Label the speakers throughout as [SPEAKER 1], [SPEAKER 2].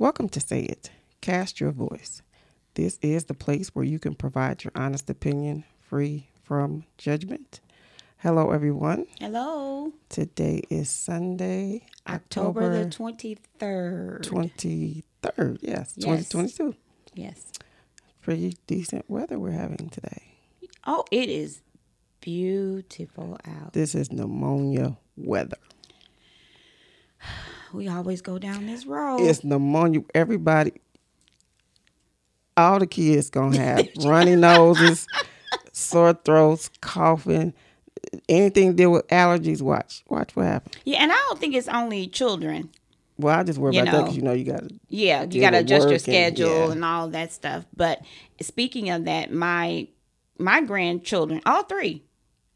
[SPEAKER 1] time to say it. Cast your voice. This is the place where you can provide your honest opinion free from judgment. Hello, everyone.
[SPEAKER 2] Hello.
[SPEAKER 1] Today is Sunday,
[SPEAKER 2] October, the 23rd.
[SPEAKER 1] 23rd. Yes,
[SPEAKER 2] Yes.
[SPEAKER 1] 2022.
[SPEAKER 2] yes.
[SPEAKER 1] Pretty decent weather we're having today.
[SPEAKER 2] Oh, it is beautiful out.
[SPEAKER 1] This is pneumonia weather.
[SPEAKER 2] We always go down this road.
[SPEAKER 1] It's pneumonia. Everybody, all the kids gonna have runny noses, sore throats, coughing, anything to deal with allergies. Watch, watch what happens.
[SPEAKER 2] Yeah, and I don't think it's only children.
[SPEAKER 1] Well, I just worry
[SPEAKER 2] You
[SPEAKER 1] about that
[SPEAKER 2] know.
[SPEAKER 1] 'cause you know you got to
[SPEAKER 2] Yeah, you
[SPEAKER 1] Deal
[SPEAKER 2] got to
[SPEAKER 1] with
[SPEAKER 2] adjust
[SPEAKER 1] work
[SPEAKER 2] your
[SPEAKER 1] and-
[SPEAKER 2] schedule and,
[SPEAKER 1] yeah.
[SPEAKER 2] all that stuff. But speaking of that, my my grandchildren, all three,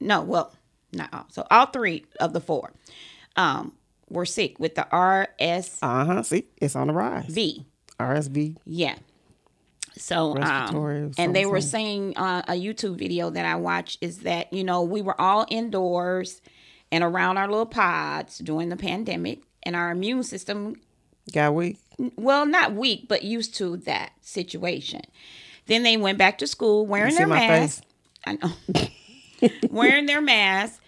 [SPEAKER 2] no, well, not all, so all three of the four, um, were sick with the RSV.
[SPEAKER 1] Uh huh. See, it's on the rise. RSV.
[SPEAKER 2] Yeah. So,
[SPEAKER 1] Respiratory
[SPEAKER 2] um, and they were
[SPEAKER 1] something.
[SPEAKER 2] saying uh, a YouTube video that I watched is that you know we were all indoors and around our little pods during the pandemic, and our immune system
[SPEAKER 1] Got weak.
[SPEAKER 2] well, not weak, but used to that situation. Then they went back to school wearing
[SPEAKER 1] see
[SPEAKER 2] their
[SPEAKER 1] my
[SPEAKER 2] masks. I know. wearing their masks.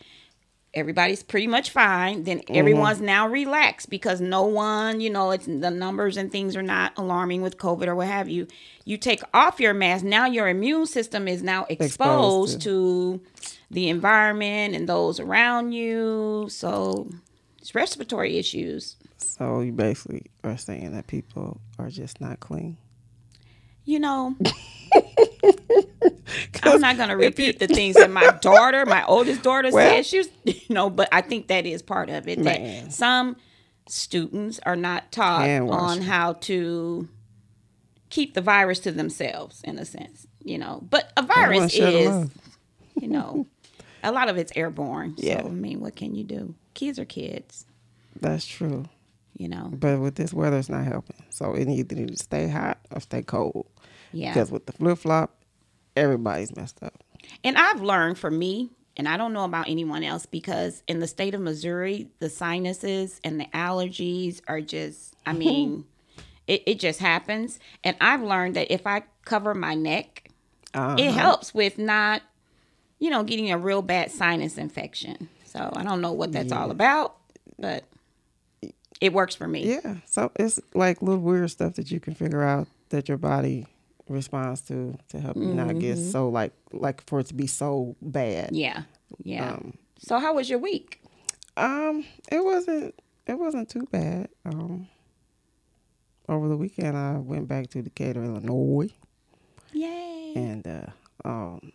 [SPEAKER 2] Everybody's pretty much fine. Then
[SPEAKER 1] Mm-hmm.
[SPEAKER 2] everyone's now relaxed because no one, you know, it's the numbers and things are not alarming with COVID or what have you. You take off your mask. Now your immune system is now exposed,
[SPEAKER 1] Exposed
[SPEAKER 2] to the environment and those around you. So it's respiratory issues.
[SPEAKER 1] So you basically are saying that people are just not clean.
[SPEAKER 2] You know, I'm not going to repeat the things that my daughter, my oldest daughter,
[SPEAKER 1] Well-
[SPEAKER 2] said. She was, you know, but I think that is part of it.
[SPEAKER 1] Man.
[SPEAKER 2] That some students are not taught
[SPEAKER 1] Hand
[SPEAKER 2] on
[SPEAKER 1] washing.
[SPEAKER 2] how to keep the virus to themselves, in a sense, you know. But a virus
[SPEAKER 1] share the
[SPEAKER 2] is,
[SPEAKER 1] love.
[SPEAKER 2] you know, a lot of it's airborne.
[SPEAKER 1] Yeah.
[SPEAKER 2] So, I mean, what can you do? Kids are kids,
[SPEAKER 1] That's true.
[SPEAKER 2] you know.
[SPEAKER 1] But with this weather, it's not helping. So it either need to stay hot or stay cold.
[SPEAKER 2] Yeah.
[SPEAKER 1] Because with the flip flop, everybody's messed up.
[SPEAKER 2] And I've learned for me, and I don't know about anyone else, because in the state of Missouri, the sinuses and the allergies are just, I mean, it, it just happens. And I've learned that if I cover my neck,
[SPEAKER 1] Uh,
[SPEAKER 2] it helps with not, you know, getting a real bad sinus infection. So I don't know what that's all about, but it works for me.
[SPEAKER 1] yeah. So it's like little weird stuff that you can figure out that your body responds to to help you not get so like like for it to be so bad.
[SPEAKER 2] Yeah. Yeah. so how was your week?
[SPEAKER 1] Um, it wasn't it wasn't too bad. Um, over the weekend I went back to Decatur, Illinois,
[SPEAKER 2] Yay.
[SPEAKER 1] and uh, um,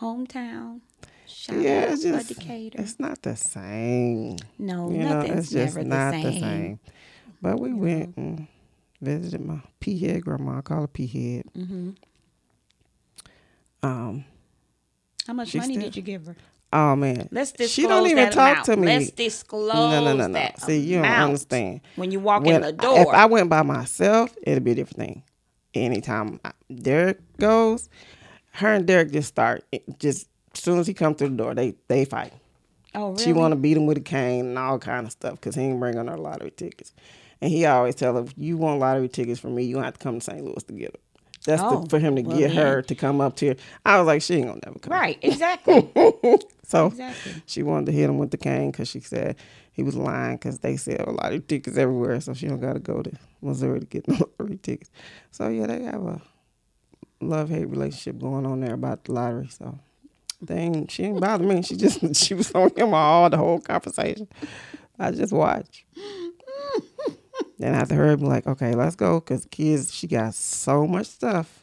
[SPEAKER 2] Hometown. Shout
[SPEAKER 1] yeah,
[SPEAKER 2] out
[SPEAKER 1] it's
[SPEAKER 2] to
[SPEAKER 1] just
[SPEAKER 2] Decatur.
[SPEAKER 1] it's not the same.
[SPEAKER 2] No,
[SPEAKER 1] You know,
[SPEAKER 2] nothing's
[SPEAKER 1] it's just
[SPEAKER 2] never
[SPEAKER 1] not
[SPEAKER 2] the, same.
[SPEAKER 1] the same. But we went and visited my pea head grandma. I call her pea head.
[SPEAKER 2] hmm
[SPEAKER 1] Um,
[SPEAKER 2] How much
[SPEAKER 1] She
[SPEAKER 2] money
[SPEAKER 1] still-
[SPEAKER 2] did you give her?
[SPEAKER 1] oh man,
[SPEAKER 2] Let's disclose
[SPEAKER 1] she don't even
[SPEAKER 2] that
[SPEAKER 1] talk
[SPEAKER 2] amount.
[SPEAKER 1] to me.
[SPEAKER 2] Let's disclose
[SPEAKER 1] no, no, no, no.
[SPEAKER 2] that
[SPEAKER 1] See, you don't
[SPEAKER 2] amount.
[SPEAKER 1] understand.
[SPEAKER 2] When you walk in
[SPEAKER 1] When-
[SPEAKER 2] the door,
[SPEAKER 1] If I went by myself, it'd be a different thing. Anytime I- Derek goes, her and Derek just start. it- Just as soon as he comes through the door, they they fight.
[SPEAKER 2] oh really?
[SPEAKER 1] She want to beat him with a cane and all kind of stuff because he ain't bringing her lottery tickets. And he always tell her, if you want lottery tickets from me, you gonna have to come to St. Louis to get them. That's
[SPEAKER 2] Oh,
[SPEAKER 1] the, for him to
[SPEAKER 2] well
[SPEAKER 1] get her
[SPEAKER 2] then.
[SPEAKER 1] to come up here. I was like, she ain't gonna never come.
[SPEAKER 2] right? Exactly.
[SPEAKER 1] So
[SPEAKER 2] exactly.
[SPEAKER 1] she wanted to hit him with the cane because she said he was lying because they sell lottery tickets everywhere, so she don't gotta go to Missouri to get no lottery tickets. So yeah, they have a love hate relationship going on there about the lottery. So they ain't, she didn't bother me. She just she was on him all the whole conversation. I just watched. then after her, be like, okay, let's go because kids, she got so much stuff.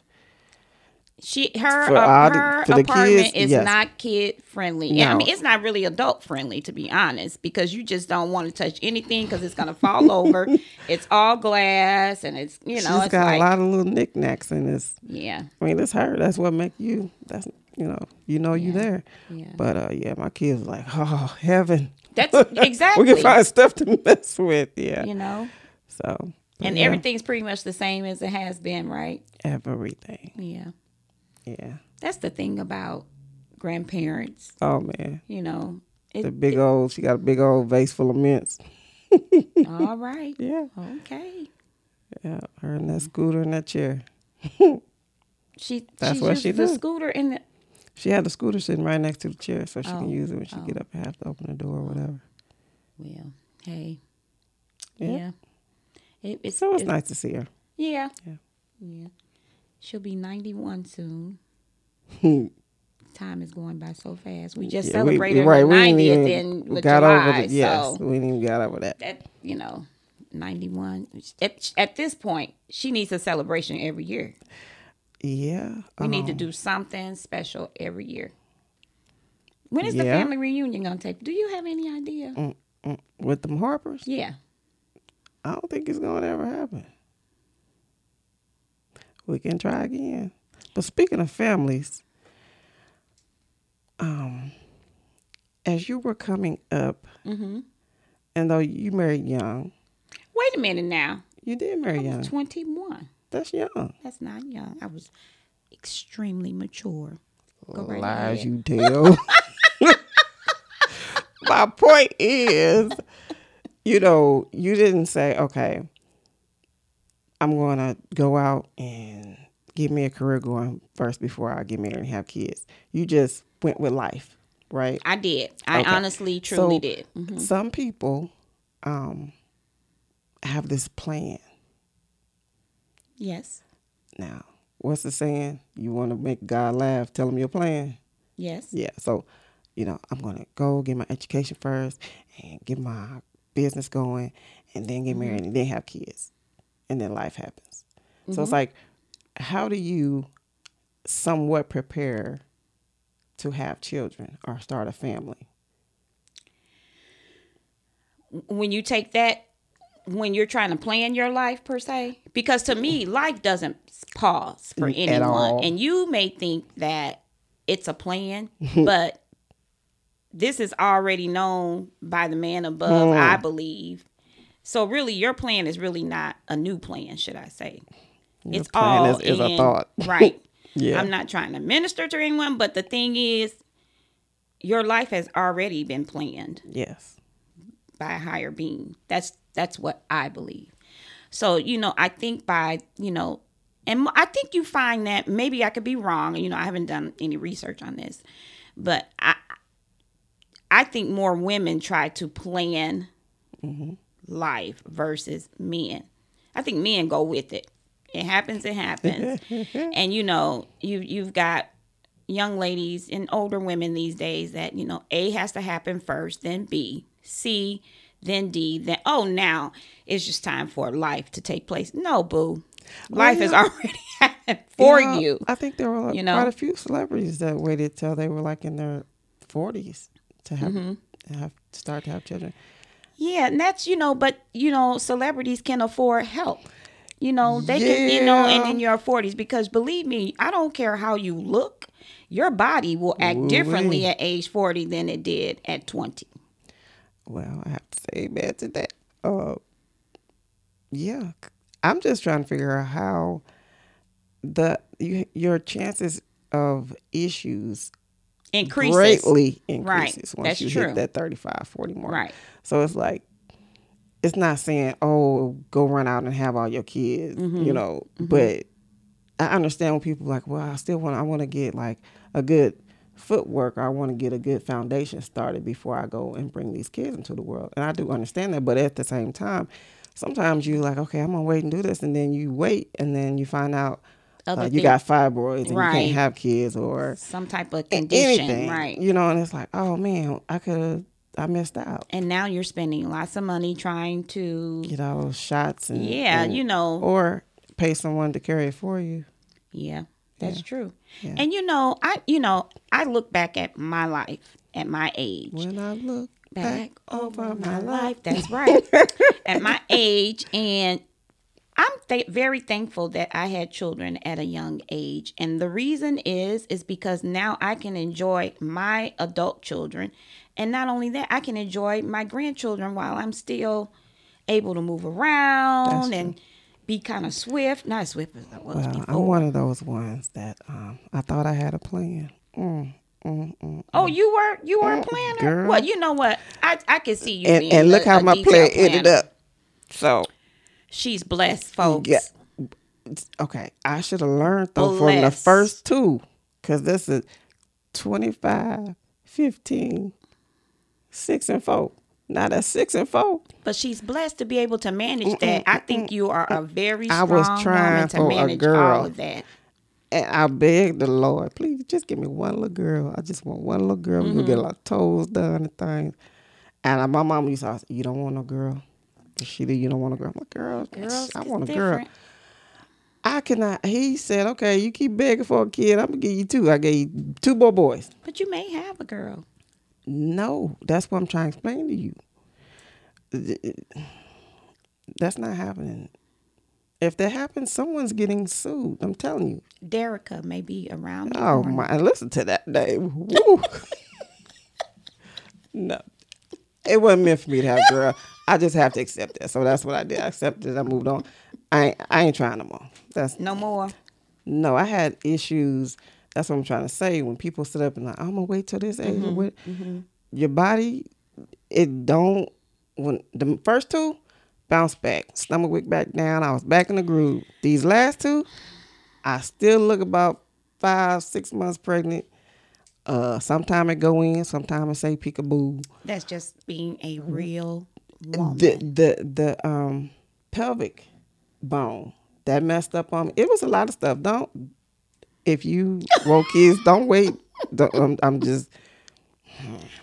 [SPEAKER 2] She her
[SPEAKER 1] For
[SPEAKER 2] uh,
[SPEAKER 1] all the-
[SPEAKER 2] her
[SPEAKER 1] for the
[SPEAKER 2] apartment
[SPEAKER 1] kids,
[SPEAKER 2] is
[SPEAKER 1] yes.
[SPEAKER 2] not kid friendly. And I
[SPEAKER 1] No.
[SPEAKER 2] mean, it's not really adult friendly to be honest, because you just don't want to touch anything because it's gonna fall over. It's all glass, and it's you know
[SPEAKER 1] She's
[SPEAKER 2] it's
[SPEAKER 1] got
[SPEAKER 2] like
[SPEAKER 1] a lot of little knickknacks in this.
[SPEAKER 2] yeah
[SPEAKER 1] I mean, it's her. That's what make you. That's you know, you know you
[SPEAKER 2] Yeah.
[SPEAKER 1] there.
[SPEAKER 2] yeah.
[SPEAKER 1] But uh, yeah, my kids was like, oh heaven,
[SPEAKER 2] That's exactly
[SPEAKER 1] we can find stuff to mess with. Yeah.
[SPEAKER 2] you know,
[SPEAKER 1] So but
[SPEAKER 2] and
[SPEAKER 1] yeah,
[SPEAKER 2] everything's pretty much the same as it has been, right?
[SPEAKER 1] everything.
[SPEAKER 2] Yeah.
[SPEAKER 1] Yeah.
[SPEAKER 2] That's the thing about grandparents,
[SPEAKER 1] Oh man,
[SPEAKER 2] you know.
[SPEAKER 1] the
[SPEAKER 2] It,
[SPEAKER 1] big old. She got a big old vase full of mints.
[SPEAKER 2] all right.
[SPEAKER 1] Yeah.
[SPEAKER 2] Okay.
[SPEAKER 1] Yeah, her and that scooter and that chair.
[SPEAKER 2] She
[SPEAKER 1] That's
[SPEAKER 2] she
[SPEAKER 1] what
[SPEAKER 2] used
[SPEAKER 1] she
[SPEAKER 2] the
[SPEAKER 1] do.
[SPEAKER 2] scooter and the,
[SPEAKER 1] She had the scooter sitting right next to the chair, so she
[SPEAKER 2] Oh,
[SPEAKER 1] can use it when she
[SPEAKER 2] oh.
[SPEAKER 1] get up and have to open the door or whatever.
[SPEAKER 2] well, hey,
[SPEAKER 1] Yeah.
[SPEAKER 2] yeah. It, it's
[SPEAKER 1] So it's
[SPEAKER 2] it-
[SPEAKER 1] nice to see her.
[SPEAKER 2] Yeah.
[SPEAKER 1] Yeah.
[SPEAKER 2] Yeah. She'll be 91 soon. Time is going by so fast. We just
[SPEAKER 1] Yeah, we-
[SPEAKER 2] celebrated
[SPEAKER 1] right,
[SPEAKER 2] her
[SPEAKER 1] we ain't
[SPEAKER 2] 90th
[SPEAKER 1] even
[SPEAKER 2] in with
[SPEAKER 1] got
[SPEAKER 2] July.
[SPEAKER 1] over the, yes,
[SPEAKER 2] So
[SPEAKER 1] we ain't even got over that.
[SPEAKER 2] that, you know, 91. At, at this point, she needs a celebration every year.
[SPEAKER 1] Yeah,
[SPEAKER 2] We need to
[SPEAKER 1] um,
[SPEAKER 2] do something special every year. When is the
[SPEAKER 1] Yeah.
[SPEAKER 2] family reunion going to take? Do you have any idea?
[SPEAKER 1] mm, with them Harpers.
[SPEAKER 2] Yeah.
[SPEAKER 1] I don't think it's gonna ever happen. We can try again. But speaking of families, um, as you were coming up,
[SPEAKER 2] hmm
[SPEAKER 1] and though you married young,
[SPEAKER 2] Wait a minute now.
[SPEAKER 1] you did marry
[SPEAKER 2] I
[SPEAKER 1] young.
[SPEAKER 2] was 21.
[SPEAKER 1] That's young.
[SPEAKER 2] That's not young. I was extremely mature. Go right
[SPEAKER 1] Lies
[SPEAKER 2] ahead.
[SPEAKER 1] you tell. My point is, you know, you didn't say, okay, I'm going to go out and get me a career going first before I get married and have kids. You just went with life, right?
[SPEAKER 2] I did. I
[SPEAKER 1] Okay.
[SPEAKER 2] honestly, truly
[SPEAKER 1] So-
[SPEAKER 2] did. Mhm.
[SPEAKER 1] Some people um, have this plan.
[SPEAKER 2] Yes.
[SPEAKER 1] Now, what's the saying? You want to make God laugh, tell him your plan.
[SPEAKER 2] Yes.
[SPEAKER 1] Yeah. So, you know, I'm gonna go get my education first and get my business going and then get married and then have kids. And then life happens. So it's like, how do you somewhat prepare to have children or start a family?
[SPEAKER 2] When you take that, when you're trying to plan your life per se, because to me, life doesn't pause for
[SPEAKER 1] At
[SPEAKER 2] anyone.
[SPEAKER 1] all.
[SPEAKER 2] And you may think that it's a plan, but this is already known by the man above,
[SPEAKER 1] Mm.
[SPEAKER 2] I believe. So really, your plan is really not a new plan, should I say? it's
[SPEAKER 1] plan
[SPEAKER 2] all
[SPEAKER 1] is- is a
[SPEAKER 2] in-
[SPEAKER 1] thought.
[SPEAKER 2] right?
[SPEAKER 1] Yeah.
[SPEAKER 2] I'm not trying to minister to anyone, but the thing is, your life has already been planned
[SPEAKER 1] Yes.
[SPEAKER 2] by a higher being. That's that's what I believe. So you know, I think by you know, and I think you find that maybe I could be wrong. You know, I haven't done any research on this, but I I think more women try to plan life versus men. I think men go with it. It happens. It happens. and you know, you you've got young ladies and older women these days that you know A has to happen first, then B, C, then D, then oh now it's just time for life to take place. No, boo, life has already happened for
[SPEAKER 1] know,
[SPEAKER 2] you.
[SPEAKER 1] I think there were like
[SPEAKER 2] you know?
[SPEAKER 1] quite a few celebrities that waited till they were like in their forties to have to have to start to have children.
[SPEAKER 2] Yeah, and that's you know, but you know, celebrities can afford help. You know, they can you know, and
[SPEAKER 1] Yeah.
[SPEAKER 2] in your forties, because believe me, I don't care how you look, your body will act
[SPEAKER 1] Ooh-wee.
[SPEAKER 2] differently at age forty than it did at twenty.
[SPEAKER 1] Well, I have to say amen to that. Uh, yeah, c- I'm just trying to figure out how the you, your chances of issues
[SPEAKER 2] Increases.
[SPEAKER 1] greatly
[SPEAKER 2] Right,
[SPEAKER 1] increases once
[SPEAKER 2] that's
[SPEAKER 1] you
[SPEAKER 2] true.
[SPEAKER 1] hit that 35, 40 mark.
[SPEAKER 2] Right.
[SPEAKER 1] So it's like it's not saying oh go run out and have all your kids,
[SPEAKER 2] Mm-hmm.
[SPEAKER 1] you know, but I understand when people like, well, I still want I want to get like a good footwork. Or I want to get a good foundation started before I go and bring these kids into the world. And I do understand that, but at the same time, sometimes you like, okay, I'm gonna wait and do this, and then you wait, and then you find out
[SPEAKER 2] Other
[SPEAKER 1] uh, you
[SPEAKER 2] thing-
[SPEAKER 1] got fibroids and you
[SPEAKER 2] Right.
[SPEAKER 1] can't have kids or
[SPEAKER 2] Some type of
[SPEAKER 1] a-
[SPEAKER 2] condition.
[SPEAKER 1] anything,
[SPEAKER 2] Right.
[SPEAKER 1] You know, and it's like, oh man, I could have I missed out.
[SPEAKER 2] And now you're spending lots of money trying to
[SPEAKER 1] Get Oh. all those shots and
[SPEAKER 2] Yeah,
[SPEAKER 1] and-
[SPEAKER 2] you know.
[SPEAKER 1] or pay someone to carry it for you.
[SPEAKER 2] Yeah, that's true.
[SPEAKER 1] Yeah.
[SPEAKER 2] And you know, I you know, I look back at my life at my age.
[SPEAKER 1] When I look
[SPEAKER 2] back
[SPEAKER 1] back,
[SPEAKER 2] over my life. That's right. at my age, and I'm th- very thankful that I had children at a young age, and the reason is is because now I can enjoy my adult children, and not only that, I can enjoy my grandchildren while I'm still able to move around
[SPEAKER 1] That's
[SPEAKER 2] and be kind of swift. Not as swift as I was
[SPEAKER 1] Well,
[SPEAKER 2] before.
[SPEAKER 1] I'm one of those ones that um, I thought I had a plan. Mm, mm, mm.
[SPEAKER 2] oh, you were you were a planner.
[SPEAKER 1] girl.
[SPEAKER 2] Well, you know what? I I can see you
[SPEAKER 1] And,
[SPEAKER 2] being
[SPEAKER 1] and look
[SPEAKER 2] a-
[SPEAKER 1] how
[SPEAKER 2] a
[SPEAKER 1] my
[SPEAKER 2] detailed
[SPEAKER 1] plan ended
[SPEAKER 2] planner.
[SPEAKER 1] up. So
[SPEAKER 2] She's blessed, folks.
[SPEAKER 1] Yeah. Okay, I should have learned though from the
[SPEAKER 2] Bless.
[SPEAKER 1] first two because this is 25, 15, 6, and 4. Now that's 6 and 4.
[SPEAKER 2] But she's blessed to be able to manage that. I think you are a very strong
[SPEAKER 1] I was trying
[SPEAKER 2] woman to
[SPEAKER 1] for a
[SPEAKER 2] manage all
[SPEAKER 1] girl.
[SPEAKER 2] of that.
[SPEAKER 1] And I beg the Lord, please just give me one little girl. I just want one little girl. We'll get our toes done and things. And I- my mom used to say, You don't want no girl. She did, you don't want a girl. I'm like, girl, girls, I
[SPEAKER 2] is
[SPEAKER 1] want a girl.
[SPEAKER 2] different.
[SPEAKER 1] I cannot. He said, okay, you keep begging for a kid. I'm going to give you two. I gave you two more boys.
[SPEAKER 2] But you may have a girl.
[SPEAKER 1] No, that's what I'm trying to explain to you. Th- That's not happening. If that happens, someone's getting sued. I'm telling you.
[SPEAKER 2] Derica may be around the
[SPEAKER 1] Oh
[SPEAKER 2] corner.
[SPEAKER 1] my! Listen to that name. Woo. no, it wasn't meant for me to have a girl. I just have to accept that. So that's what I did. I accepted. it. I moved on. I ain't, I ain't trying no more. That's
[SPEAKER 2] No more.
[SPEAKER 1] no, I had issues. That's what I'm trying to say. When people sit up and like, I'm gonna wait till this age. or what Your body, it don't. When the first two bounce back, stomach went back down. I was back in the groove. These last two, I still look about five, six months pregnant. Uh, sometime it go in, sometime it say peekaboo.
[SPEAKER 2] That's just being a
[SPEAKER 1] Mm-hmm.
[SPEAKER 2] real woman.
[SPEAKER 1] The the the um pelvic bone that messed up on me. It was a lot of stuff. Don't if you woke kids, don't wait. Don't- I'm, I'm just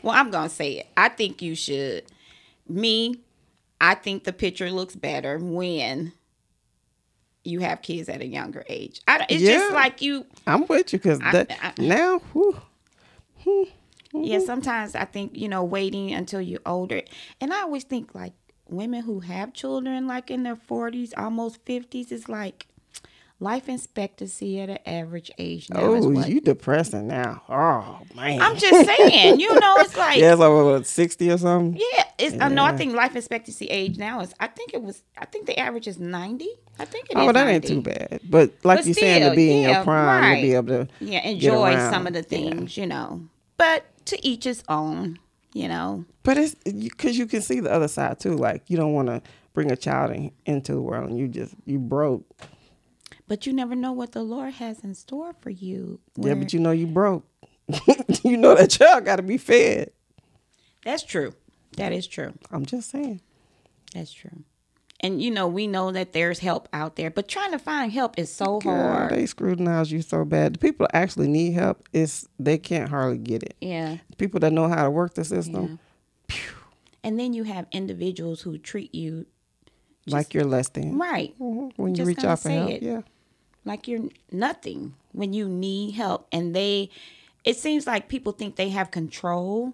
[SPEAKER 2] Well, I'm gonna say it. I think you should. Me, I think the picture looks better when you have kids at a younger age. I, it's just
[SPEAKER 1] Yeah.
[SPEAKER 2] like you.
[SPEAKER 1] I'm with you because
[SPEAKER 2] I- I-
[SPEAKER 1] now whew, Mm-hmm.
[SPEAKER 2] Yeah, sometimes I think you know waiting until you're older, and I always think like women who have children like in their 40s, almost 50s, is like life expectancy at an average age now is
[SPEAKER 1] oh
[SPEAKER 2] what.
[SPEAKER 1] you depressing now. Oh man,
[SPEAKER 2] I'm just saying, you know, it's like
[SPEAKER 1] yeah, it's like what, sixty or something.
[SPEAKER 2] Yeah, it's uh, no. I think life expectancy age now is. I think it was. I think the average is ninety. I think it is
[SPEAKER 1] Oh, that ain't
[SPEAKER 2] 90.
[SPEAKER 1] too bad. But like
[SPEAKER 2] But
[SPEAKER 1] you saying,
[SPEAKER 2] still,
[SPEAKER 1] to be in
[SPEAKER 2] yeah,
[SPEAKER 1] your prime, to be
[SPEAKER 2] right.
[SPEAKER 1] able to
[SPEAKER 2] Yeah,
[SPEAKER 1] get
[SPEAKER 2] enjoy
[SPEAKER 1] around.
[SPEAKER 2] some of the
[SPEAKER 1] Yeah.
[SPEAKER 2] things, you know. But to each his own, you know.
[SPEAKER 1] But it's because you can see the other side too. Like you don't want to bring a child in, into the world, and you just you broke.
[SPEAKER 2] But you never know what the Lord has in store for you.
[SPEAKER 1] Yeah,
[SPEAKER 2] where-
[SPEAKER 1] but you know you broke. you know that child got to be fed.
[SPEAKER 2] that's true. That is true.
[SPEAKER 1] I'm just saying.
[SPEAKER 2] That's true. And you know, we know that there's help out there, but trying to find help is so
[SPEAKER 1] Girl,
[SPEAKER 2] hard.
[SPEAKER 1] they scrutinize you so bad. The people that actually need help is they can't hardly get it.
[SPEAKER 2] yeah.
[SPEAKER 1] People that know how to work the system,
[SPEAKER 2] And then you have individuals who treat you
[SPEAKER 1] like you're less than.
[SPEAKER 2] right.
[SPEAKER 1] Mhm, When you
[SPEAKER 2] just
[SPEAKER 1] reach
[SPEAKER 2] gonna
[SPEAKER 1] out for
[SPEAKER 2] say
[SPEAKER 1] help,
[SPEAKER 2] it.
[SPEAKER 1] yeah.
[SPEAKER 2] like you're nothing when you need help and they it seems like people think they have control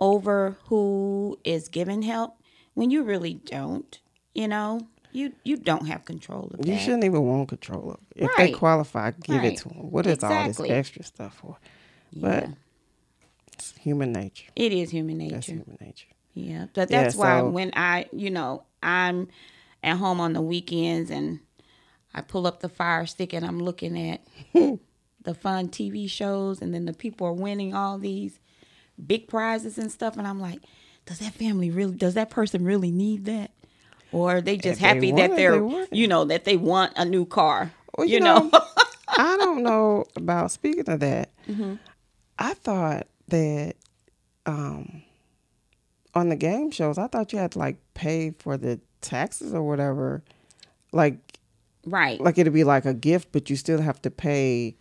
[SPEAKER 2] over who is giving help when you really don't you know you you don't have control of
[SPEAKER 1] You
[SPEAKER 2] that
[SPEAKER 1] shouldn't even want control of it. If they
[SPEAKER 2] Right.
[SPEAKER 1] qualify, give
[SPEAKER 2] Right.
[SPEAKER 1] it to them. What is all
[SPEAKER 2] Exactly.
[SPEAKER 1] this extra stuff for? But
[SPEAKER 2] Yeah.
[SPEAKER 1] it's human nature.
[SPEAKER 2] it is human nature
[SPEAKER 1] That's human nature.
[SPEAKER 2] yeah but
[SPEAKER 1] Yeah,
[SPEAKER 2] that's why
[SPEAKER 1] so-
[SPEAKER 2] when i you know i'm at home on the weekends and i pull up the fire stick and i'm looking at the fun TV shows, and then the people are winning all these big prizes and stuff. And I'm like, does that family really? Does that person really need that? Or are they just
[SPEAKER 1] If they
[SPEAKER 2] happy
[SPEAKER 1] want
[SPEAKER 2] that
[SPEAKER 1] it,
[SPEAKER 2] they're,
[SPEAKER 1] they want it.
[SPEAKER 2] you know, that they want a new car?
[SPEAKER 1] Well,
[SPEAKER 2] you, know,
[SPEAKER 1] I don't know about speaking of that.
[SPEAKER 2] Mm-hmm.
[SPEAKER 1] I thought that um, on the game shows, I thought you had to like pay for the taxes or whatever. Like,
[SPEAKER 2] right?
[SPEAKER 1] like it'd be like a gift, but you still have to pay.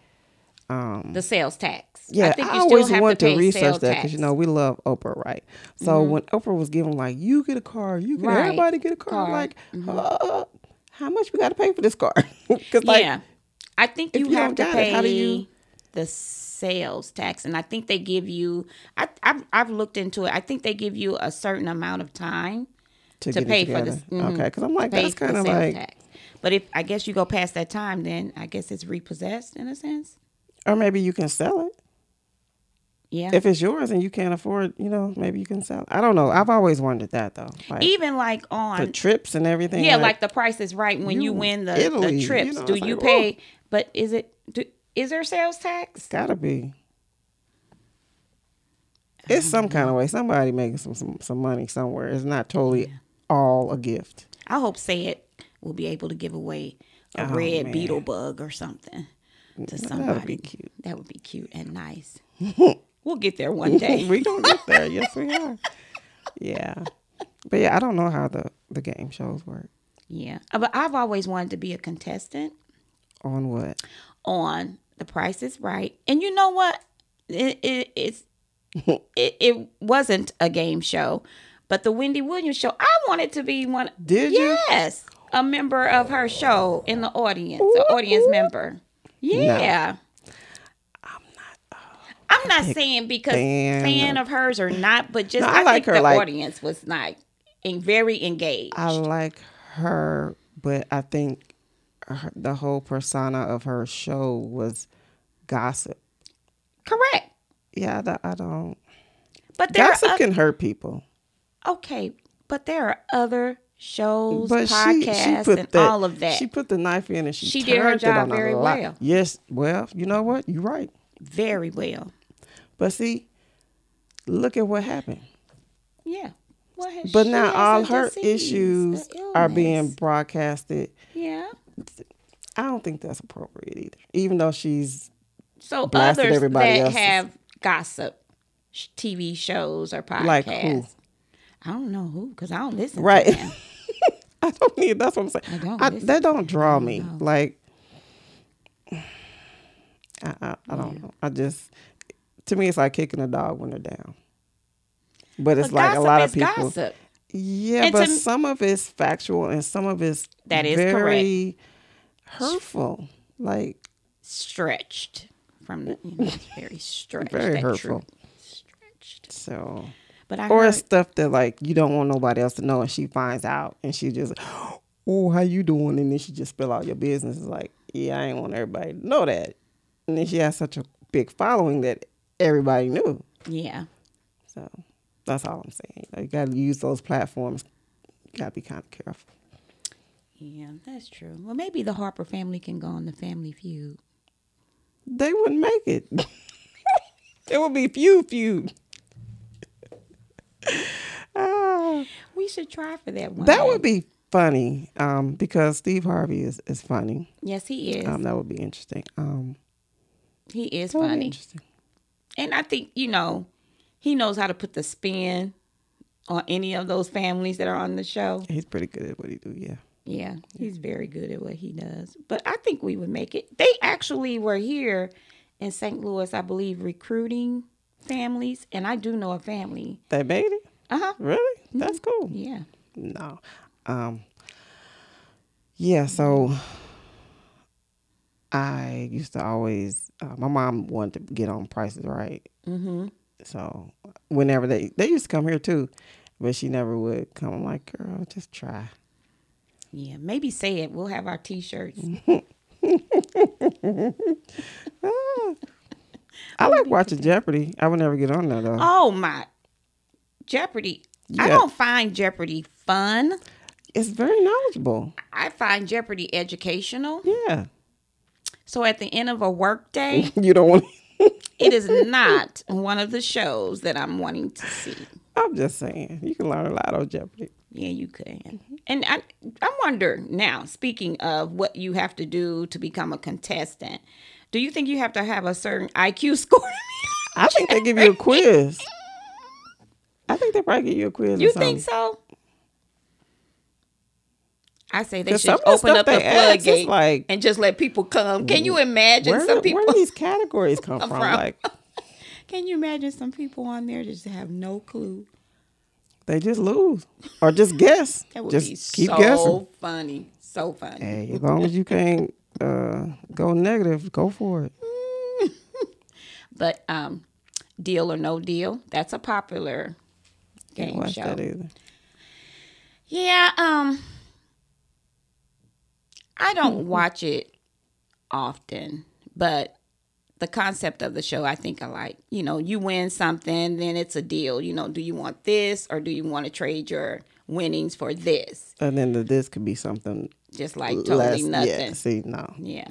[SPEAKER 1] Um,
[SPEAKER 2] the sales tax.
[SPEAKER 1] yeah, I,
[SPEAKER 2] think
[SPEAKER 1] always
[SPEAKER 2] have
[SPEAKER 1] want to,
[SPEAKER 2] pay sales
[SPEAKER 1] research that
[SPEAKER 2] tax. Mm-hmm.
[SPEAKER 1] because you know we love Oprah, right? So when Oprah was giving like, "You get a car, you get
[SPEAKER 2] Right.
[SPEAKER 1] everybody get a car,", I'm
[SPEAKER 2] Car. Mm-hmm.
[SPEAKER 1] like, uh, how much we got to pay for this car? Because like,
[SPEAKER 2] yeah, I think
[SPEAKER 1] if
[SPEAKER 2] you,
[SPEAKER 1] you don't
[SPEAKER 2] have to
[SPEAKER 1] got
[SPEAKER 2] pay
[SPEAKER 1] it, how do you-
[SPEAKER 2] the sales tax, and I think they give you. I I've, I've looked into it. I think they give you a certain amount of time
[SPEAKER 1] to,
[SPEAKER 2] to
[SPEAKER 1] get it
[SPEAKER 2] pay for this. Mm-hmm.
[SPEAKER 1] together. Okay, because I'm like,
[SPEAKER 2] pay
[SPEAKER 1] that's
[SPEAKER 2] for
[SPEAKER 1] kind of
[SPEAKER 2] sales
[SPEAKER 1] like,
[SPEAKER 2] tax. But if I guess you go past that time, then I guess it's repossessed in a sense.
[SPEAKER 1] or maybe you can sell it
[SPEAKER 2] Yeah.
[SPEAKER 1] if it's yours and you can't afford. You know, maybe you can sell. It. I don't know. I've always wondered that though, like
[SPEAKER 2] Even like
[SPEAKER 1] for
[SPEAKER 2] on
[SPEAKER 1] trips and everything.
[SPEAKER 2] yeah, like, the price is right when you,
[SPEAKER 1] you-
[SPEAKER 2] win the,
[SPEAKER 1] Italy,
[SPEAKER 2] the
[SPEAKER 1] you
[SPEAKER 2] trips.
[SPEAKER 1] know,
[SPEAKER 2] do
[SPEAKER 1] it's
[SPEAKER 2] you
[SPEAKER 1] like,
[SPEAKER 2] pay? But is it do, is there sales tax?
[SPEAKER 1] gotta be. It's some kind of way. Somebody making some, some some money somewhere. It's not totally all a gift.
[SPEAKER 2] I hope say it we'll be able to give away a
[SPEAKER 1] Oh,
[SPEAKER 2] red
[SPEAKER 1] man.
[SPEAKER 2] beetle bug or something to somebody.
[SPEAKER 1] That would be cute.
[SPEAKER 2] That would be cute and nice. we'll get there one day.
[SPEAKER 1] we gonna get there. Yes, we are. Yeah, but yeah, I don't know how the the game shows work.
[SPEAKER 2] yeah, Uh, but I've always wanted to be a contestant
[SPEAKER 1] On what?
[SPEAKER 2] on The Price Is Right, and you know what? It, it it's it, it wasn't a game show, but the Wendy Williams show. I wanted to be one.
[SPEAKER 1] Did you?
[SPEAKER 2] Yes, a member of her show in the audience, an audience member. Yeah. I'm not saying because
[SPEAKER 1] fan
[SPEAKER 2] fan, of hers or not, but
[SPEAKER 1] No,
[SPEAKER 2] just
[SPEAKER 1] I
[SPEAKER 2] I,
[SPEAKER 1] like
[SPEAKER 2] think
[SPEAKER 1] her,
[SPEAKER 2] the
[SPEAKER 1] like-
[SPEAKER 2] audience was like en- very engaged.
[SPEAKER 1] I like her, but I think her, the whole persona of her show was gossip.
[SPEAKER 2] Correct,
[SPEAKER 1] Yeah, I don't. I don't
[SPEAKER 2] but there
[SPEAKER 1] gossip
[SPEAKER 2] are oth-
[SPEAKER 1] can hurt people.
[SPEAKER 2] okay, but there are other shows,
[SPEAKER 1] But she, she
[SPEAKER 2] podcasts,
[SPEAKER 1] put
[SPEAKER 2] and
[SPEAKER 1] that,
[SPEAKER 2] all of that.
[SPEAKER 1] She put the knife in and she,
[SPEAKER 2] She did her
[SPEAKER 1] turned it
[SPEAKER 2] job
[SPEAKER 1] on
[SPEAKER 2] very
[SPEAKER 1] a lot.
[SPEAKER 2] well.
[SPEAKER 1] Yes, well, you know what? You're right.
[SPEAKER 2] very well.
[SPEAKER 1] But see, look at what happened.
[SPEAKER 2] Yeah. What has
[SPEAKER 1] But
[SPEAKER 2] she
[SPEAKER 1] now
[SPEAKER 2] has
[SPEAKER 1] all
[SPEAKER 2] a
[SPEAKER 1] her
[SPEAKER 2] disease,
[SPEAKER 1] issues
[SPEAKER 2] a
[SPEAKER 1] are being
[SPEAKER 2] illness.
[SPEAKER 1] broadcasted.
[SPEAKER 2] Yeah.
[SPEAKER 1] I don't think that's appropriate either. Even though she's
[SPEAKER 2] So
[SPEAKER 1] blasted
[SPEAKER 2] others
[SPEAKER 1] everybody
[SPEAKER 2] that
[SPEAKER 1] else's.
[SPEAKER 2] have gossip sh- TV shows or podcasts.
[SPEAKER 1] Like who?
[SPEAKER 2] I don't know who because I don't listen
[SPEAKER 1] Right.
[SPEAKER 2] to them.
[SPEAKER 1] I don't need that's what I'm saying.
[SPEAKER 2] I don't
[SPEAKER 1] I,
[SPEAKER 2] listen
[SPEAKER 1] that don't draw me.
[SPEAKER 2] know.
[SPEAKER 1] Like I I, I don't know. I just to me it's like kicking a dog when they're down. But it's
[SPEAKER 2] But
[SPEAKER 1] like a
[SPEAKER 2] gossip
[SPEAKER 1] lot of
[SPEAKER 2] is
[SPEAKER 1] people
[SPEAKER 2] Gossip.
[SPEAKER 1] Yeah,
[SPEAKER 2] And
[SPEAKER 1] but
[SPEAKER 2] to m-
[SPEAKER 1] some of it's factual and some of it's
[SPEAKER 2] That is correct.
[SPEAKER 1] very hurtful. Like
[SPEAKER 2] Stretched from the, you know, it's very stretched.
[SPEAKER 1] Very
[SPEAKER 2] that
[SPEAKER 1] hurtful.
[SPEAKER 2] truth. Stretched.
[SPEAKER 1] so
[SPEAKER 2] But I
[SPEAKER 1] or
[SPEAKER 2] heard,
[SPEAKER 1] stuff that like you don't want nobody else to know and she finds out and she just oh how you doing and then she just spill out your business it's like yeah i ain't want everybody to know that and then she has such a big following that everybody knew
[SPEAKER 2] yeah.
[SPEAKER 1] so that's all i'm saying you, know, you gotta use those platforms you gotta be kind of careful
[SPEAKER 2] Yeah, that's true. Well, maybe the Harper family can go on the Family Feud.
[SPEAKER 1] they wouldn't make it it would be few few Ah.
[SPEAKER 2] We should try for that one.
[SPEAKER 1] That
[SPEAKER 2] day.
[SPEAKER 1] would be funny um, because Steve Harvey is, is funny.
[SPEAKER 2] Yes, he is.
[SPEAKER 1] Um, that would be interesting. Um,
[SPEAKER 2] he is
[SPEAKER 1] that would be
[SPEAKER 2] funny.
[SPEAKER 1] interesting.
[SPEAKER 2] and I think you know he knows how to put the spin on any of those families that are on the show.
[SPEAKER 1] He's pretty good at what he do. Yeah.
[SPEAKER 2] Yeah, he's very good at what he does. But I think we would make it. They actually were here in St. Louis, I believe, recruiting families, and I do know a family.
[SPEAKER 1] They made it.
[SPEAKER 2] Uh huh.
[SPEAKER 1] Really? That's cool.
[SPEAKER 2] Yeah.
[SPEAKER 1] No. Um, yeah. So I used to always. Uh, my mom wanted to get on prices right.
[SPEAKER 2] Mm-hmm.
[SPEAKER 1] So whenever they they used to come here too, but she never would come. I'm like, girl, just try.
[SPEAKER 2] Yeah. Maybe say it. We'll have our T-shirts.
[SPEAKER 1] I like watching Jeopardy. I would never get on there though.
[SPEAKER 2] Oh my, Jeopardy! I
[SPEAKER 1] Yeah.
[SPEAKER 2] don't find Jeopardy fun.
[SPEAKER 1] It's very knowledgeable.
[SPEAKER 2] I find Jeopardy educational.
[SPEAKER 1] Yeah.
[SPEAKER 2] So at the end of a workday.
[SPEAKER 1] You don't want
[SPEAKER 2] It is not one of the shows that I'm wanting to see.
[SPEAKER 1] I'm just saying. You can learn a lot on Jeopardy.
[SPEAKER 2] Yeah, you can. And I, I wonder now, speaking of what you have to do to become a contestant, do you think you have to have a certain IQ score?
[SPEAKER 1] I think they give you a quiz. I think they probably give you a quiz.
[SPEAKER 2] you
[SPEAKER 1] or something.
[SPEAKER 2] think so? I say they
[SPEAKER 1] 'Cause some
[SPEAKER 2] should
[SPEAKER 1] of the
[SPEAKER 2] open
[SPEAKER 1] stuff
[SPEAKER 2] up the
[SPEAKER 1] they ask is
[SPEAKER 2] floodgate
[SPEAKER 1] like-
[SPEAKER 2] and just let people come. Can you imagine
[SPEAKER 1] Where,
[SPEAKER 2] some
[SPEAKER 1] do-
[SPEAKER 2] people?
[SPEAKER 1] where do these categories come from?
[SPEAKER 2] from?
[SPEAKER 1] Like
[SPEAKER 2] Can you imagine some people on there just have no clue?
[SPEAKER 1] they just lose or just guess.
[SPEAKER 2] That would
[SPEAKER 1] just
[SPEAKER 2] be
[SPEAKER 1] keep
[SPEAKER 2] so
[SPEAKER 1] guessing.
[SPEAKER 2] funny. So funny.
[SPEAKER 1] Hey, as long as you can't uh, go negative, go for it.
[SPEAKER 2] But um, Deal or No Deal, that's a popular
[SPEAKER 1] Can't
[SPEAKER 2] game
[SPEAKER 1] watch
[SPEAKER 2] show.
[SPEAKER 1] that either.
[SPEAKER 2] Yeah, um, I don't watch it often, but the concept of the show I think I like. You know, you win something, then it's a deal. You know, do you want this or do you want to trade your winnings for this?
[SPEAKER 1] And then the, this could be something
[SPEAKER 2] Just like
[SPEAKER 1] less. Mm-hmm.
[SPEAKER 2] totally
[SPEAKER 1] Yeah.
[SPEAKER 2] nothing.
[SPEAKER 1] See, no,
[SPEAKER 2] Yeah.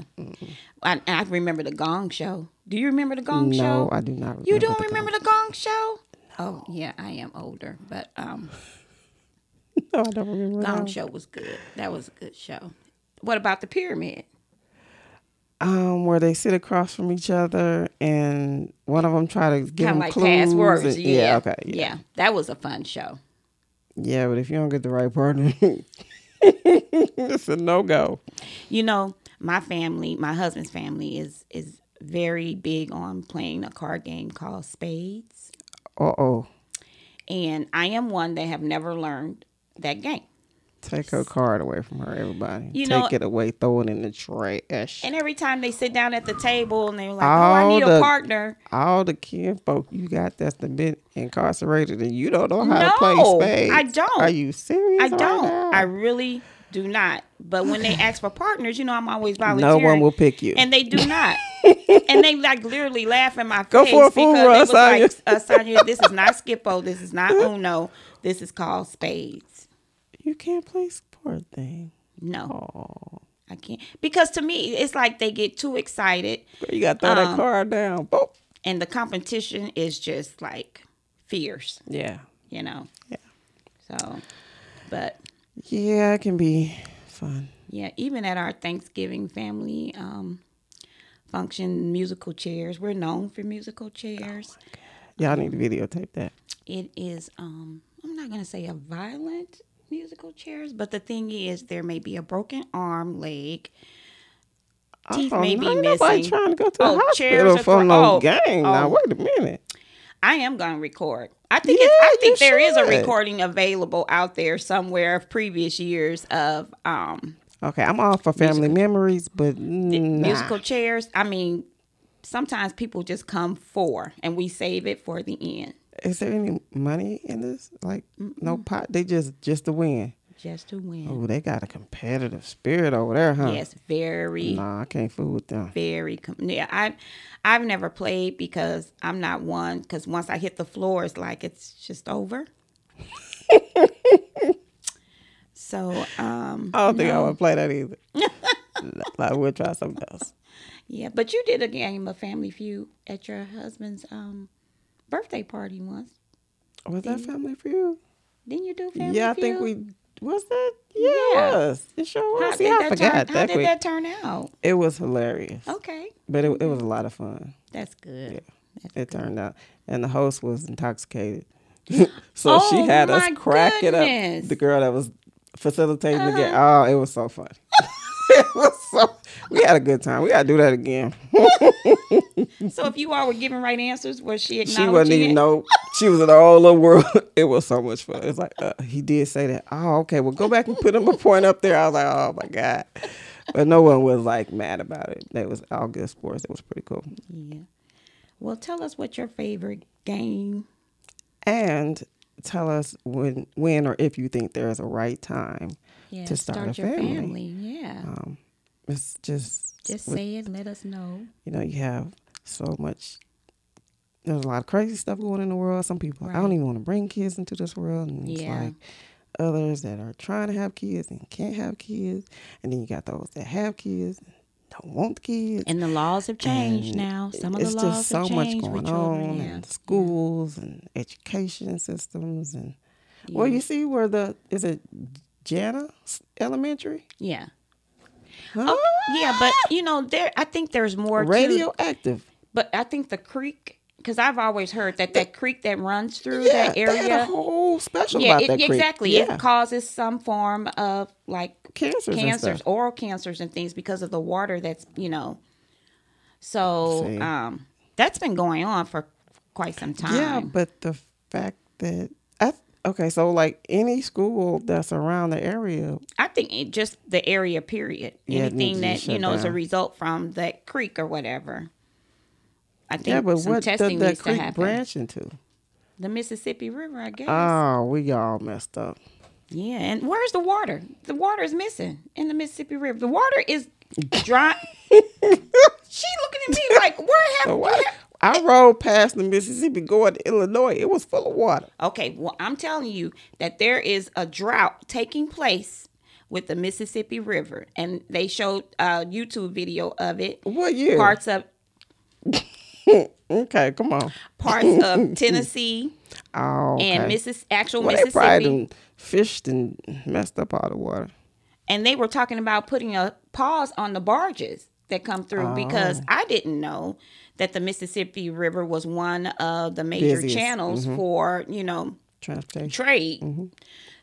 [SPEAKER 2] I, I remember the Gong Show. Do you remember the Gong Show?
[SPEAKER 1] no, I do not.
[SPEAKER 2] You
[SPEAKER 1] remember
[SPEAKER 2] don't
[SPEAKER 1] the
[SPEAKER 2] remember the Gong Show? Oh yeah, I am older, but um,
[SPEAKER 1] Oh, I don't remember. that
[SPEAKER 2] Gong
[SPEAKER 1] one.
[SPEAKER 2] Show was good. That was a good show. What about the pyramid?
[SPEAKER 1] Um, where they sit across from each other, and one of them try to give
[SPEAKER 2] Kind of
[SPEAKER 1] them
[SPEAKER 2] like
[SPEAKER 1] clues.
[SPEAKER 2] passwords.
[SPEAKER 1] and-
[SPEAKER 2] yeah.
[SPEAKER 1] yeah, okay,
[SPEAKER 2] Yeah.
[SPEAKER 1] yeah.
[SPEAKER 2] that was a fun show.
[SPEAKER 1] yeah. But if you don't get the right partner, it's a no go.
[SPEAKER 2] You know, my family, my husband's family is is very big on playing a card game called Spades,
[SPEAKER 1] Uh oh,
[SPEAKER 2] and I am one that have never learned that game.
[SPEAKER 1] take her card away from her, everybody.
[SPEAKER 2] You
[SPEAKER 1] take
[SPEAKER 2] know-
[SPEAKER 1] it away, throw it in the trash.
[SPEAKER 2] And every time they sit down at the table and they're like, "Oh, I
[SPEAKER 1] All
[SPEAKER 2] need a
[SPEAKER 1] the-
[SPEAKER 2] partner."
[SPEAKER 1] All the kinfolk you got that's been incarcerated, and you don't know how
[SPEAKER 2] No,
[SPEAKER 1] to play spades.
[SPEAKER 2] I don't.
[SPEAKER 1] Are you serious?
[SPEAKER 2] I
[SPEAKER 1] right
[SPEAKER 2] don't.
[SPEAKER 1] now?
[SPEAKER 2] I really do not. But when they ask for partners, you know, I'm always
[SPEAKER 1] no
[SPEAKER 2] volunteering.
[SPEAKER 1] one will pick you.
[SPEAKER 2] and they do not. and they like literally laugh in my face
[SPEAKER 1] Go for a fool run,
[SPEAKER 2] because it was
[SPEAKER 1] Sonya.
[SPEAKER 2] like, uh, Sonya, this is not Skippo, this is not Uno, this is called Spades.
[SPEAKER 1] you can't play sport thing.
[SPEAKER 2] No,
[SPEAKER 1] Oh,
[SPEAKER 2] I can't because to me it's like they get too excited,
[SPEAKER 1] you got to throw
[SPEAKER 2] Um,
[SPEAKER 1] that card down. Boop.
[SPEAKER 2] and the competition is just like fierce,
[SPEAKER 1] Yeah.
[SPEAKER 2] you know.
[SPEAKER 1] Yeah.
[SPEAKER 2] So, but
[SPEAKER 1] Yeah, it can be fun.
[SPEAKER 2] Yeah, even at our Thanksgiving family um, function, musical chairs. We're known for musical chairs.
[SPEAKER 1] Y'all need to videotape that.
[SPEAKER 2] it is, um, I'm not going to say a violent musical chairs, but the thing is, there may be a broken arm, leg, teeth
[SPEAKER 1] Oh,
[SPEAKER 2] may be
[SPEAKER 1] ain't
[SPEAKER 2] missing.
[SPEAKER 1] Nobody trying to go to
[SPEAKER 2] Oh,
[SPEAKER 1] the
[SPEAKER 2] chairs
[SPEAKER 1] hospital
[SPEAKER 2] are
[SPEAKER 1] for
[SPEAKER 2] thro-
[SPEAKER 1] no
[SPEAKER 2] oh,
[SPEAKER 1] game. Now
[SPEAKER 2] oh.
[SPEAKER 1] wait a minute.
[SPEAKER 2] I am going to record. I think it's,
[SPEAKER 1] Yeah,
[SPEAKER 2] I think
[SPEAKER 1] you
[SPEAKER 2] there is a
[SPEAKER 1] should.
[SPEAKER 2] recording available out there somewhere of previous years of um,
[SPEAKER 1] Okay, I'm all for family memories, but nah.
[SPEAKER 2] musical chairs. I mean, sometimes people just come for, and we save it for the end.
[SPEAKER 1] Is there any money in this? Like no pot. They just just to win.
[SPEAKER 2] just to win.
[SPEAKER 1] Oh, they got a competitive spirit over there, huh?
[SPEAKER 2] Yes, very,
[SPEAKER 1] Nah, I can't fool with them.
[SPEAKER 2] very. Com- yeah, I, I've never played because I'm not one. Because once I hit the floor, it's like it's just over. so, um,
[SPEAKER 1] I don't think I would play that either. like we'll try something else.
[SPEAKER 2] yeah, but you did a game of Family Feud at your husband's um birthday party once.
[SPEAKER 1] Was that family for you?
[SPEAKER 2] Didn't you do Family
[SPEAKER 1] yeah, I
[SPEAKER 2] Feud?
[SPEAKER 1] think we was that. Yeah,
[SPEAKER 2] Yeah.
[SPEAKER 1] it was. It sure
[SPEAKER 2] How
[SPEAKER 1] was.
[SPEAKER 2] did,
[SPEAKER 1] See, I
[SPEAKER 2] that, turn,
[SPEAKER 1] forgot
[SPEAKER 2] how
[SPEAKER 1] that
[SPEAKER 2] did
[SPEAKER 1] quick.
[SPEAKER 2] that Oh, turn out?
[SPEAKER 1] It was hilarious,
[SPEAKER 2] Okay,
[SPEAKER 1] but it, it was a lot of fun.
[SPEAKER 2] that's good. That's
[SPEAKER 1] It turned out, and the host was intoxicated, so
[SPEAKER 2] Oh,
[SPEAKER 1] she had us
[SPEAKER 2] my
[SPEAKER 1] crack it
[SPEAKER 2] goodness. Uh-huh.
[SPEAKER 1] up. The girl that was facilitating the game. Oh, it was so fun. it was so. We had a good time. We gotta do that again.
[SPEAKER 2] So if you all were giving right answers, was she
[SPEAKER 1] She
[SPEAKER 2] acknowledging
[SPEAKER 1] wasn't
[SPEAKER 2] it?
[SPEAKER 1] even know. She was in her own little world. It was so much fun. It's like uh, he did say that. Oh, okay. Well, go back and put him a point up there. I was like, oh my god. But no one was like mad about it. That was all good sports. It was pretty cool.
[SPEAKER 2] Yeah. Well, tell us what your favorite game.
[SPEAKER 1] and tell us when when or if you think there is a right time
[SPEAKER 2] Yeah,
[SPEAKER 1] to start, a
[SPEAKER 2] your
[SPEAKER 1] family.
[SPEAKER 2] Yeah.
[SPEAKER 1] Um, it's just
[SPEAKER 2] Just
[SPEAKER 1] with-
[SPEAKER 2] say it. Let us know.
[SPEAKER 1] you know you have so much. There's a lot of crazy stuff going in the world. Some people I
[SPEAKER 2] Right.
[SPEAKER 1] don't even want to bring kids into this world, and it's
[SPEAKER 2] Yeah.
[SPEAKER 1] like others that are trying to have kids and can't have kids, and then you got those that have kids and don't want kids.
[SPEAKER 2] And the laws have
[SPEAKER 1] And
[SPEAKER 2] changed now. Some of the
[SPEAKER 1] it's
[SPEAKER 2] laws
[SPEAKER 1] just so
[SPEAKER 2] have
[SPEAKER 1] much
[SPEAKER 2] changed
[SPEAKER 1] going
[SPEAKER 2] with children.
[SPEAKER 1] on
[SPEAKER 2] yeah.
[SPEAKER 1] in schools and education systems and well you see where the is it jana S- elementary
[SPEAKER 2] Yeah.
[SPEAKER 1] Huh?
[SPEAKER 2] Oh, yeah, but you know, there. I think there's more to-
[SPEAKER 1] radioactive
[SPEAKER 2] but I think the creek, because I've always heard that that creek that runs through
[SPEAKER 1] yeah,
[SPEAKER 2] that
[SPEAKER 1] they had a
[SPEAKER 2] area.
[SPEAKER 1] whole special
[SPEAKER 2] Yeah,
[SPEAKER 1] about
[SPEAKER 2] it,
[SPEAKER 1] that creek.
[SPEAKER 2] exactly.
[SPEAKER 1] Yeah.
[SPEAKER 2] It causes some form of like
[SPEAKER 1] cancers, and
[SPEAKER 2] cancers,
[SPEAKER 1] stuff.
[SPEAKER 2] oral cancers, and things because of the water that's you know. So
[SPEAKER 1] See.
[SPEAKER 2] um, that's been going on for quite some time.
[SPEAKER 1] yeah but the fact that I, th- okay so like any school that's around the area
[SPEAKER 2] I think it just the area period.
[SPEAKER 1] Yeah, it needs to
[SPEAKER 2] Anything
[SPEAKER 1] be
[SPEAKER 2] that you
[SPEAKER 1] shut
[SPEAKER 2] know is a
[SPEAKER 1] down.
[SPEAKER 2] result from that creek or whatever. I think
[SPEAKER 1] yeah but
[SPEAKER 2] some
[SPEAKER 1] what
[SPEAKER 2] testing
[SPEAKER 1] does that
[SPEAKER 2] needs to
[SPEAKER 1] creek
[SPEAKER 2] happen.
[SPEAKER 1] branch into
[SPEAKER 2] The Mississippi River, I guess.
[SPEAKER 1] oh we all messed up
[SPEAKER 2] yeah, and where's the water? The water is missing in the Mississippi River. The water is dry. she looking at me like, where have
[SPEAKER 1] The
[SPEAKER 2] where
[SPEAKER 1] water.
[SPEAKER 2] have-
[SPEAKER 1] I rode past the Mississippi going to Illinois. It was full of water.
[SPEAKER 2] Okay, well, I'm telling you that there is a drought taking place with the Mississippi River, and they showed a YouTube video of it.
[SPEAKER 1] What year?
[SPEAKER 2] Parts of
[SPEAKER 1] okay, come on.
[SPEAKER 2] parts of Tennessee,
[SPEAKER 1] Oh, okay.
[SPEAKER 2] and Missis actual
[SPEAKER 1] Well, they probably
[SPEAKER 2] Mississippi,
[SPEAKER 1] done fished and messed up all the water.
[SPEAKER 2] and they were talking about putting a pause on the barges that come through
[SPEAKER 1] Oh.
[SPEAKER 2] because I didn't know that the Mississippi River was one of the major
[SPEAKER 1] Busiest, Mm-hmm.
[SPEAKER 2] channels for you know
[SPEAKER 1] Transportation.
[SPEAKER 2] trade.
[SPEAKER 1] Mm-hmm.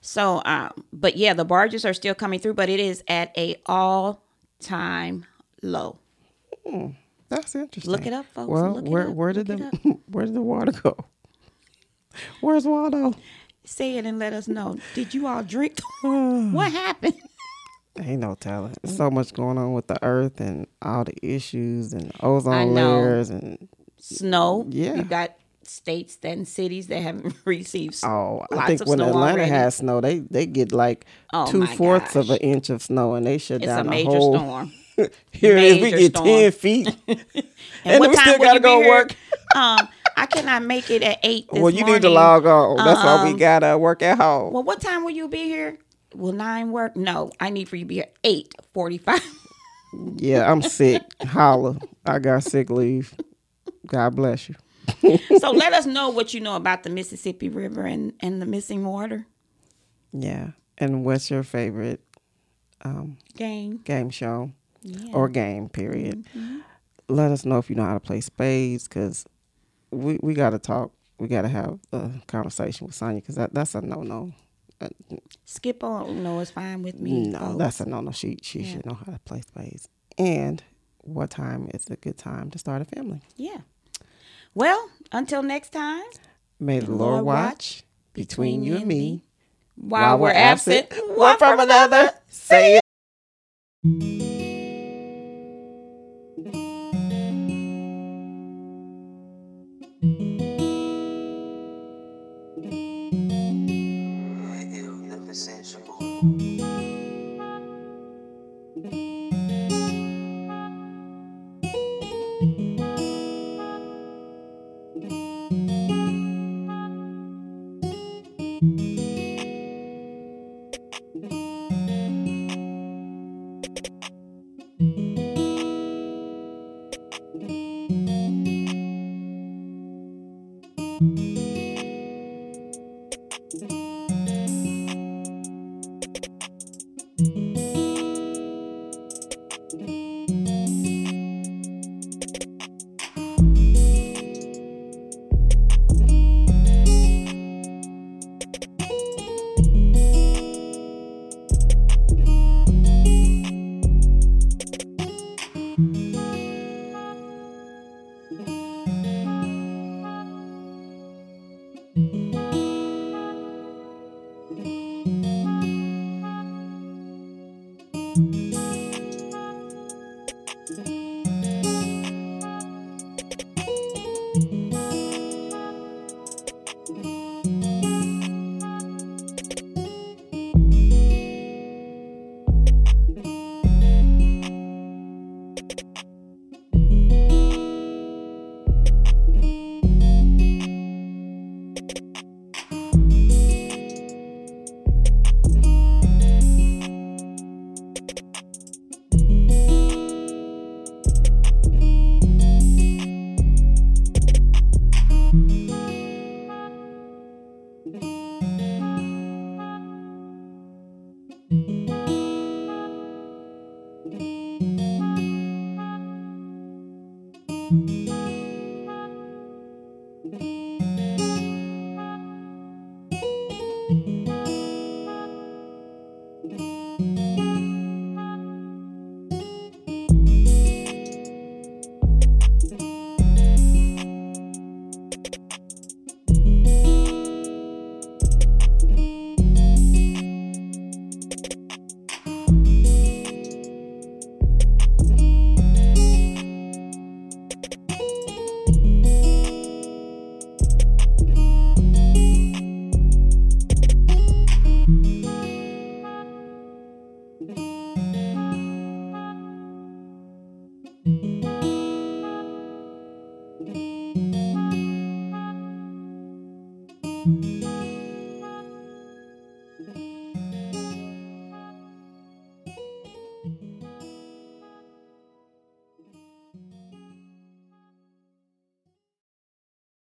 [SPEAKER 2] So, um, but yeah, the barges are still coming through, but it is at a all time low.
[SPEAKER 1] That's interesting.
[SPEAKER 2] Look it up, folks.
[SPEAKER 1] Well,
[SPEAKER 2] Look it
[SPEAKER 1] where
[SPEAKER 2] up.
[SPEAKER 1] where did the
[SPEAKER 2] Look
[SPEAKER 1] where did the water go? Where's Waldo?
[SPEAKER 2] Say it and let us know. Did you all drink? what happened?
[SPEAKER 1] Ain't no telling.
[SPEAKER 2] Mm.
[SPEAKER 1] There's so much going on with the earth and all the issues and ozone
[SPEAKER 2] know.
[SPEAKER 1] layers and
[SPEAKER 2] Snow.
[SPEAKER 1] Yeah.
[SPEAKER 2] You got states that and cities that haven't received. s-
[SPEAKER 1] oh, I
[SPEAKER 2] Lots
[SPEAKER 1] think
[SPEAKER 2] of
[SPEAKER 1] when
[SPEAKER 2] snow
[SPEAKER 1] Atlanta
[SPEAKER 2] already.
[SPEAKER 1] has snow, they they get like
[SPEAKER 2] Oh,
[SPEAKER 1] two
[SPEAKER 2] my
[SPEAKER 1] fourths of
[SPEAKER 2] gosh.
[SPEAKER 1] an inch of snow and they shut
[SPEAKER 2] It's
[SPEAKER 1] down
[SPEAKER 2] a major
[SPEAKER 1] whole.
[SPEAKER 2] storm.
[SPEAKER 1] Here it is, we
[SPEAKER 2] Major
[SPEAKER 1] get
[SPEAKER 2] storm.
[SPEAKER 1] ten feet, and,
[SPEAKER 2] what
[SPEAKER 1] we
[SPEAKER 2] time
[SPEAKER 1] still
[SPEAKER 2] will
[SPEAKER 1] gotta
[SPEAKER 2] you be
[SPEAKER 1] go
[SPEAKER 2] here?
[SPEAKER 1] work.
[SPEAKER 2] um, I cannot make it at eight. This
[SPEAKER 1] Well, you need to
[SPEAKER 2] morning.
[SPEAKER 1] log on. That's why we
[SPEAKER 2] Um,
[SPEAKER 1] gotta work at home.
[SPEAKER 2] Well, what time will you be here? Will nine work? No, I need for you to be here eight forty-five.
[SPEAKER 1] Yeah, I'm sick. Holla. I got sick leave. God bless you.
[SPEAKER 2] so let us know what you know about the Mississippi River and, and the missing water
[SPEAKER 1] Yeah. And what's your favorite um,
[SPEAKER 2] game.
[SPEAKER 1] game show
[SPEAKER 2] Yeah.
[SPEAKER 1] or game, period? Let us know if you know how to play spades because we, we got to talk. We got to have a conversation with Sonya because that, that's a no no.
[SPEAKER 2] Skip on. Oh, No, it's fine with me.
[SPEAKER 1] No,
[SPEAKER 2] folks.
[SPEAKER 1] that's a no no. She, she should know how to play spades. And what time is a good time to start a family?
[SPEAKER 2] yeah. Well, until next time,
[SPEAKER 1] May the Lord,
[SPEAKER 2] Lord
[SPEAKER 1] watch,
[SPEAKER 2] watch
[SPEAKER 1] between you and me.
[SPEAKER 2] while, we're, absent,
[SPEAKER 1] one from another. Say it.
[SPEAKER 3] irrepresentable.